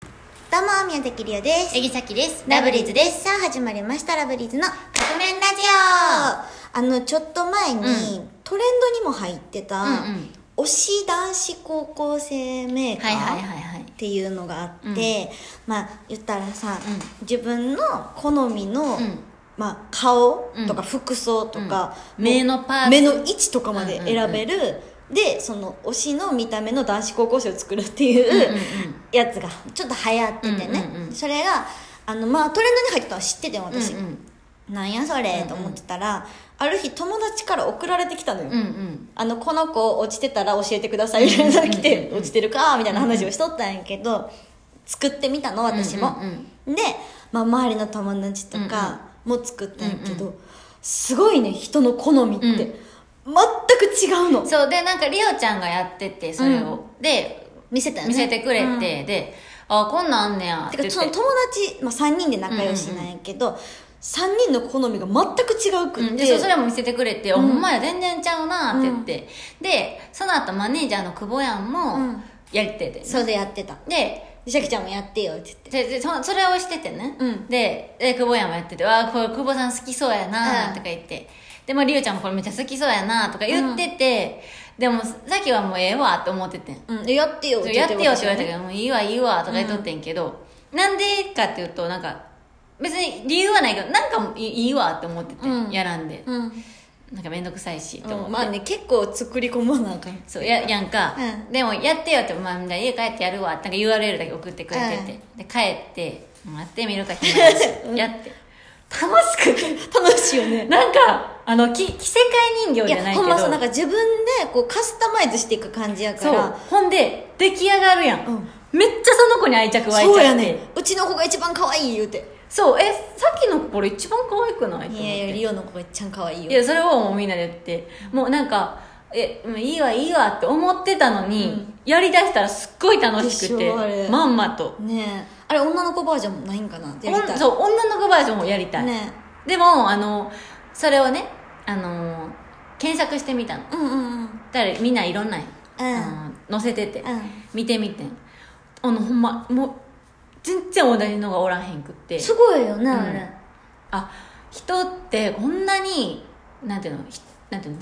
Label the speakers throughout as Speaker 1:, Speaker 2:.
Speaker 1: どうも、宮崎りおです。
Speaker 2: えぎさきです。
Speaker 1: ラブリーズです。さあ、始まりました、ラブリーズの
Speaker 2: 革面ラジ
Speaker 1: あの、ちょっと前に、
Speaker 2: う
Speaker 1: トレンドにも入ってた、
Speaker 2: うんうん
Speaker 1: 推し男子高校生メーカ
Speaker 2: はいはい
Speaker 1: ー
Speaker 2: はいはい
Speaker 1: っ。ていうのがあって、
Speaker 2: うん
Speaker 1: まあ、言ったらさ、
Speaker 2: うん
Speaker 1: 自分の好みの、
Speaker 2: うん
Speaker 1: まあ、顔とか
Speaker 2: うん
Speaker 1: 服装とか、
Speaker 2: うん目のパーツ
Speaker 1: 目の位置とかまで選べる、
Speaker 2: うん
Speaker 1: でその推しの見た目の男子高校生を作るっていううん
Speaker 2: うんうん
Speaker 1: やつがちょっと流行っててね、
Speaker 2: うんうんうん
Speaker 1: それがあの、まあ、トレンドに入ってたのは知ってて私、
Speaker 2: うんうん
Speaker 1: なんやそれと思ってたら、ある日友達から送られてきたのよ、
Speaker 2: うんうん。
Speaker 1: あのこの子落ちてたら教えてくださいみたいなの来
Speaker 2: うんうん
Speaker 1: て
Speaker 2: うん
Speaker 1: 落ちてるかみたいな話をしとったんやけど作ってみたの私も、
Speaker 2: うんうん
Speaker 1: で、まあ、周りの友達とかも作ったんやけど、すごいね人の好みって、
Speaker 2: うん
Speaker 1: 全く違うの
Speaker 2: そう、で、なんか、りおちゃんがやってて、それを。で、
Speaker 1: 見せたよね
Speaker 2: 見せてくれ
Speaker 1: うん
Speaker 2: て、で、あ、こんなんあんねや。って
Speaker 1: か
Speaker 2: て言っ
Speaker 1: その
Speaker 2: て
Speaker 1: 友達、まあ、3人で仲良しなんやけど、三3人の好みが全く違うくって、
Speaker 2: うんでそうそれも見せてくれて「
Speaker 1: う
Speaker 2: お
Speaker 1: ん
Speaker 2: ほんまや全然ちゃうな」って言って、でその後マネージャーの久保や
Speaker 1: う
Speaker 2: んも
Speaker 1: ん
Speaker 2: やってて、
Speaker 1: そうでやってた
Speaker 2: で
Speaker 1: でシャキちゃんもやってよって言って
Speaker 2: ででそそれをしててね、
Speaker 1: うん
Speaker 2: でで久保やんもやってて「わあこれ久保さん好きそうやな」とか言って、でまありゅうちゃんもこれめっちゃ好きそうやなとか言ってて、でもさっきはもうええわって思っててん
Speaker 1: うん、やってよ
Speaker 2: そうやってよって言われたけ
Speaker 1: ど
Speaker 2: ど、もういいわいいわとか言っとってんけど、なんでかっていうとなんか別に理由はないけどなんかもういいいいわって思ってて、
Speaker 1: うん
Speaker 2: やらんで、
Speaker 1: うん、
Speaker 2: なんか面倒くさいしと思って、
Speaker 1: うん、まあね結構作り込まなあかん
Speaker 2: そうややんか、
Speaker 1: う
Speaker 2: でもやってよって、まあ、みんな家帰ってやるわなんか URL だけ送ってくれてて、
Speaker 1: う
Speaker 2: で帰って やってみるか暇やし
Speaker 1: うん
Speaker 2: やって楽しくて
Speaker 1: 楽しいよね
Speaker 2: なんかあのき着せ替え人形
Speaker 1: い
Speaker 2: じゃな
Speaker 1: や
Speaker 2: い
Speaker 1: ほ
Speaker 2: けど
Speaker 1: んまそうなんか自分でこうカスタマイズしていく感じやか
Speaker 2: そう
Speaker 1: ら
Speaker 2: ほんで出来上がるやん、めっちゃその子に愛着湧いちゃって
Speaker 1: そうやねうちの子が一番可愛い言うて
Speaker 2: そうえさっきの子これ一番可愛くない
Speaker 1: い
Speaker 2: と思って
Speaker 1: やいやリオの子が一番可愛い
Speaker 2: い
Speaker 1: よ
Speaker 2: やそれをもうみんなで言ってもうなんかえもういいわいいわって思ってたのに、
Speaker 1: うん
Speaker 2: やりだしたらすっごい楽しく
Speaker 1: でしょあれ
Speaker 2: てまんまと
Speaker 1: ねえあれ女の子バージョンもないんかなやりた
Speaker 2: お
Speaker 1: い
Speaker 2: んそう女の子バージョンもやりたい、
Speaker 1: ね
Speaker 2: でもあのそれをねあの検索してみたの
Speaker 1: えうんうんうん
Speaker 2: だからみんないろんな、あの載せてて、
Speaker 1: うん
Speaker 2: 見てみてあのほんまもう全然同じのがおらへんくって
Speaker 1: すごいよね
Speaker 2: うん
Speaker 1: あれ
Speaker 2: あ人ってこんなになんていうのひなんていうの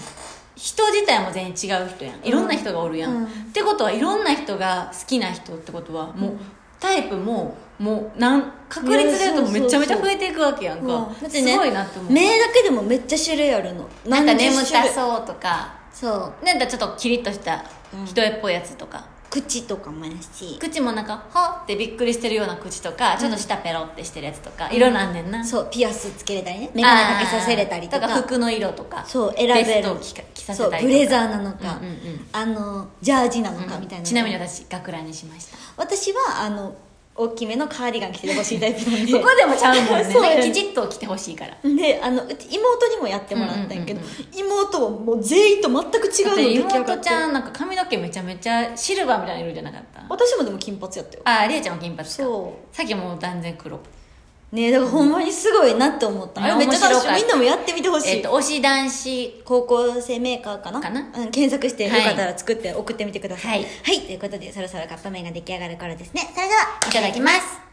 Speaker 2: 人自体も全員違う人やんいろんな人がおるやん、
Speaker 1: うん
Speaker 2: ってことはいろんな人が好きな人ってことはもう、タイプももうなん確率で言うとめちゃめちゃ増えていくわけやんか、
Speaker 1: うんだって
Speaker 2: す
Speaker 1: ね
Speaker 2: ごいなって思う、
Speaker 1: 目だけでもめっちゃ種類あるの
Speaker 2: な
Speaker 1: なん
Speaker 2: か眠た
Speaker 1: う
Speaker 2: そうとか
Speaker 1: そう
Speaker 2: なんかちょっとキリッとした人絵っぽいやつとか、
Speaker 1: 口とかもやし
Speaker 2: 口もなんかはってびっくりしてるような口とかちょっと舌ペロってしてるやつとか、いろいろあんねんな、
Speaker 1: そうピアスつけれたりね眼鏡かけさせれたりと
Speaker 2: あー
Speaker 1: か
Speaker 2: 服の色とか
Speaker 1: そう選べる
Speaker 2: ベストを着か着させたりとか
Speaker 1: そうブレザーなのか、
Speaker 2: うんうんうん
Speaker 1: あのジャージなのかみたいな、
Speaker 2: ちなみに私学ランにしました
Speaker 1: 私はあの大きめのカーディガン着てほしいタイプなんで
Speaker 2: ここでもちゃうもんね
Speaker 1: そう
Speaker 2: な
Speaker 1: や
Speaker 2: ん
Speaker 1: ね
Speaker 2: かきちっと着てほしいから
Speaker 1: であのうち妹にもやってもらったんやけど、
Speaker 2: うんうん
Speaker 1: 妹はもう全員と全く違うの
Speaker 2: で
Speaker 1: 出来上が
Speaker 2: 妹
Speaker 1: っ
Speaker 2: ち
Speaker 1: て
Speaker 2: ゃんなんか髪の毛めちゃめちゃシルバーみたいな色じゃなかった
Speaker 1: 私もでも金髪やったよ
Speaker 2: あありえちゃんも金髪か
Speaker 1: そ
Speaker 2: さっきもう断然黒
Speaker 1: うねだからほんまにすごいなって思った、
Speaker 2: うん
Speaker 1: あれめっちゃ楽し
Speaker 2: 面白かっ
Speaker 1: い
Speaker 2: た
Speaker 1: みんなもやってみてほしい、
Speaker 2: えっ、と推し男子
Speaker 1: 高校生メーカーかな
Speaker 2: かな
Speaker 1: うん、検索してよ
Speaker 2: はい
Speaker 1: かったら作って送ってみてください
Speaker 2: はい
Speaker 1: はい、ということでそろそろカップ麺が出来上がる頃ですねそれではい
Speaker 2: いただきます